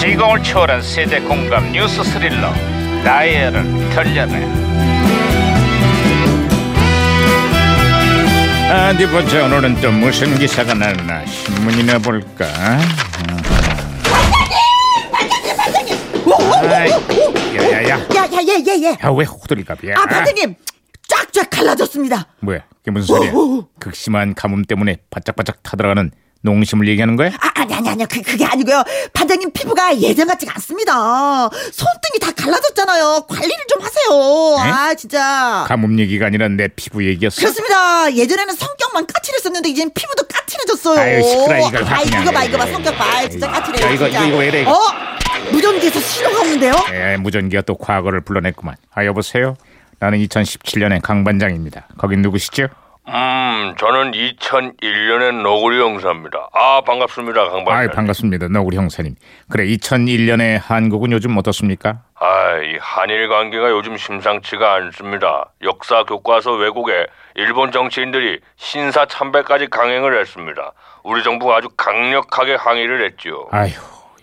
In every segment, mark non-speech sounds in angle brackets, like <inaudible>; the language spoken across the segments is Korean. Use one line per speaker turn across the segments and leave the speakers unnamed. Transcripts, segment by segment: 시공을 초월한 세대 공감 뉴스 스릴러 다이얼을 돌려라 어디 보자 오늘은 또 무슨 기사가 났나 신문이나 볼까 아이, 야야야
야야 예 예 예.
야, 왜 호들갑이야
아 반장님 쫙쫙 갈라졌습니다.
뭐야 이게 무슨
어,
소리야 극심한 가뭄 때문에 바짝바짝 타들어가는 농심을 얘기하는 거야?
아 아니 아니 아니 그 그게 아니고요. 반장님 피부가 예전 같지가 않습니다. 손등이 다 갈라졌잖아요. 관리를 좀 하세요.
에?
아 진짜.
네? 가뭄 얘기가 아니라 내 피부 얘기였어
그렇습니다. 예전에는 성격만 까칠했었는데 이제는 피부도 까칠해졌어요.
아유, 시끄러워, 이걸
아
그냥.
이거 봐 이거 봐
에이,
성격 봐 아이, 진짜
에이.
까칠해요.
야, 이거,
진짜.
이거, 이거 왜 이래, 이거. 네.
어 무전기에서 신호가 오는데요.
에, 무전기가 또 과거를 불러냈구만. 아 여보세요. 나는 2017년의 강 반장입니다. 거긴 누구시죠?
음, 저는 2001년의 노구리 형사입니다. 아, 반갑습니다,
아
강반장.
반갑습니다. 너구리 형사님. 그래 2001년의 한국은 요즘 어떻습니까?
아, 이 한일 관계가 요즘 심상치가 않습니다. 역사 교과서 왜곡에 일본 정치인들이 신사 참배까지 강행을 했습니다. 우리 정부가 아주 강력하게 항의를 했지요.
아휴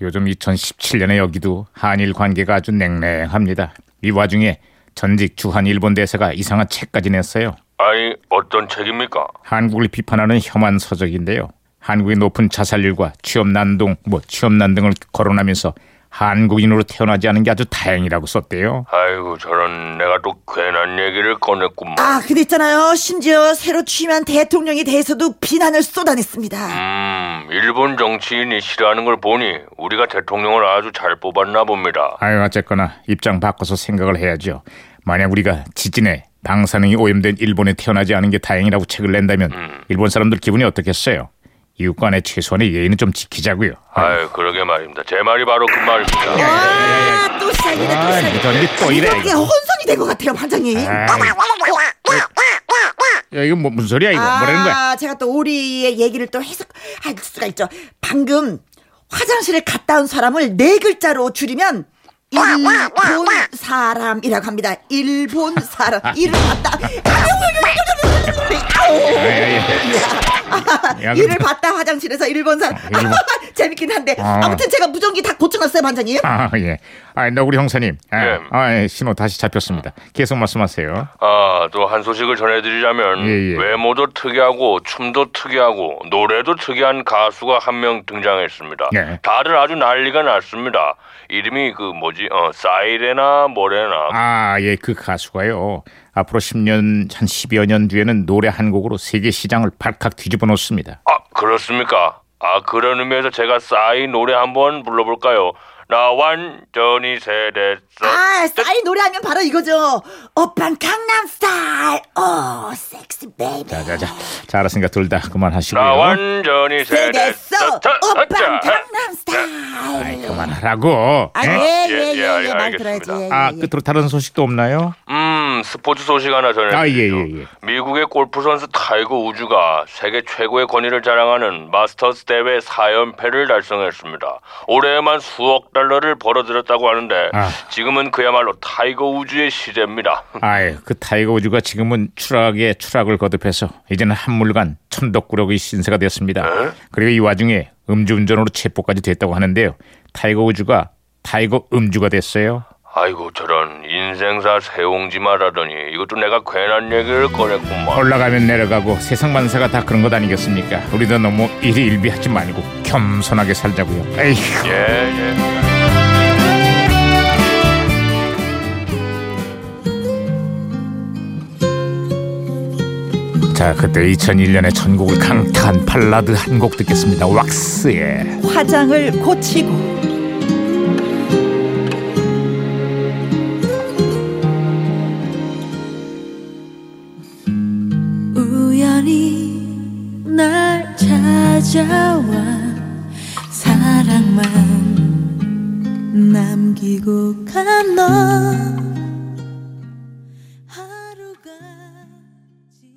요즘 2017년에 여기도 한일 관계가 아주 냉랭합니다. 이 와중에 전직 주한 일본 대사가 이상한 책까지 냈어요.
아니, 어떤 책입니까?
한국을 비판하는 혐한 서적인데요. 한국의 높은 자살률과 취업 난동, 뭐 취업 난 등을 거론하면서 한국인으로 태어나지 않은 게 아주 다행이라고 썼대요.
아이고, 저런 내가 또 괜한 얘기를 꺼냈구만.
아 근데 있잖아요. 심지어 새로 취임한 대통령에 대해서도 비난을 쏟아냈습니다.
음, 일본 정치인이 싫어하는 걸 보니 우리가 대통령을 아주 잘 뽑았나 봅니다.
아유 어쨌거나 입장 바꿔서 생각을 해야죠. 만약 우리가 지진에 방사능이 오염된 일본에 태어나지 않은 게 다행이라고 책을 낸다면 일본 사람들 기분이 어떻겠어요? 이웃 간의 최소한의 예의는 좀 지키자고요.
아유, 그러게 말입니다. 제 말이 바로 그 말입니다.
아, 아또 시작이네 또
아,
시작이네.
무전기 또 이래.
이게
이거. 뭐
혼선이 된 것 같아요, 반장님.
야, 이거 뭐, 무슨 소리야 이거? 뭐라는 거야?
아, 제가 또 오리의 얘기를 또 해석할 수가 있죠. 방금 화장실에 갔다 온 사람을 네 글자로 줄이면 일본 사람이라고 합니다. 일본 사람.
아.
일을 봤다.
아, 예, 야, 아,
일을
근데-
봤다 화장실에서 일본 사람.
일본-
<laughs> 재밌긴 한데
아.
아무튼 제가 무전기 다 고쳐놨어요, 반장님.
아 예. 아 너구리 형사님. 아,
예.
아, 예, 신호 다시 잡혔습니다. 계속 말씀하세요.
아, 또 한 소식을 전해드리자면
예, 예.
외모도 특이하고 춤도 특이하고 노래도 특이한 가수가 한 명 등장했습니다.
예.
다들 아주 난리가 났습니다. 이름이 그 뭐지? 어, 사이레나 뭐레나.
아, 예, 그 가수가요. 앞으로 10년, 한 10여 년 뒤에는 노래 한 곡으로 세계 시장을 발칵 뒤집어 놓습니다.
아, 그렇습니까? 아, 그런 의미에서 제가 싸이 노래 한번 불러볼까요? 나 완전히 세대서
아, 싸이 노래하면 바로 이거죠. 오빤 강남 스타일. 오, 섹시 베이비.
자, 자, 자. 자, 알았으니까 둘 다 그만하시고요.
나 완전히
세대서
세대서
오빤 강남 스타일.
그만하라고.
아,
예?
예,
예,
예, 예,
예, 예,
예, 말
알겠습니다.
들어야지. 예, 예,
아,
예.
끝으로 다른 소식도 없나요?
음, 스포츠 소식 하나 전해드리죠.
아, 예, 예, 예.
미국의 골프 선수 타이거 우즈가 세계 최고의 권위를 자랑하는 마스터스 대회 4연패를 달성했습니다. 올해에만 수억 달러를 벌어들였다고 하는데
아.
지금은 그야말로 타이거 우즈의 시대입니다.
아이, 그 타이거 우즈가 지금은 추락에 추락을 거듭해서 이제는 한물간 천덕꾸러기 신세가 되었습니다. 그리고 이 와중에 음주운전으로 체포까지 됐다고 하는데요. 타이거 우즈가 타이거 음주가 됐어요.
아이고 저런 인생사 세옹지마라더니 이것도 내가 괜한 얘기를 꺼냈구만.
올라가면 내려가고 세상 만사가 다 그런 것 아니겠습니까? 우리도 너무 일희일비하지 말고 겸손하게 살자고요. 에휴.
예 예.
자, 그때 2001년에 전국을 강타한 발라드 한 곡 듣겠습니다. 왁스의
화장을 고치고
우연히 날 찾아와 사랑만 남기고 간 너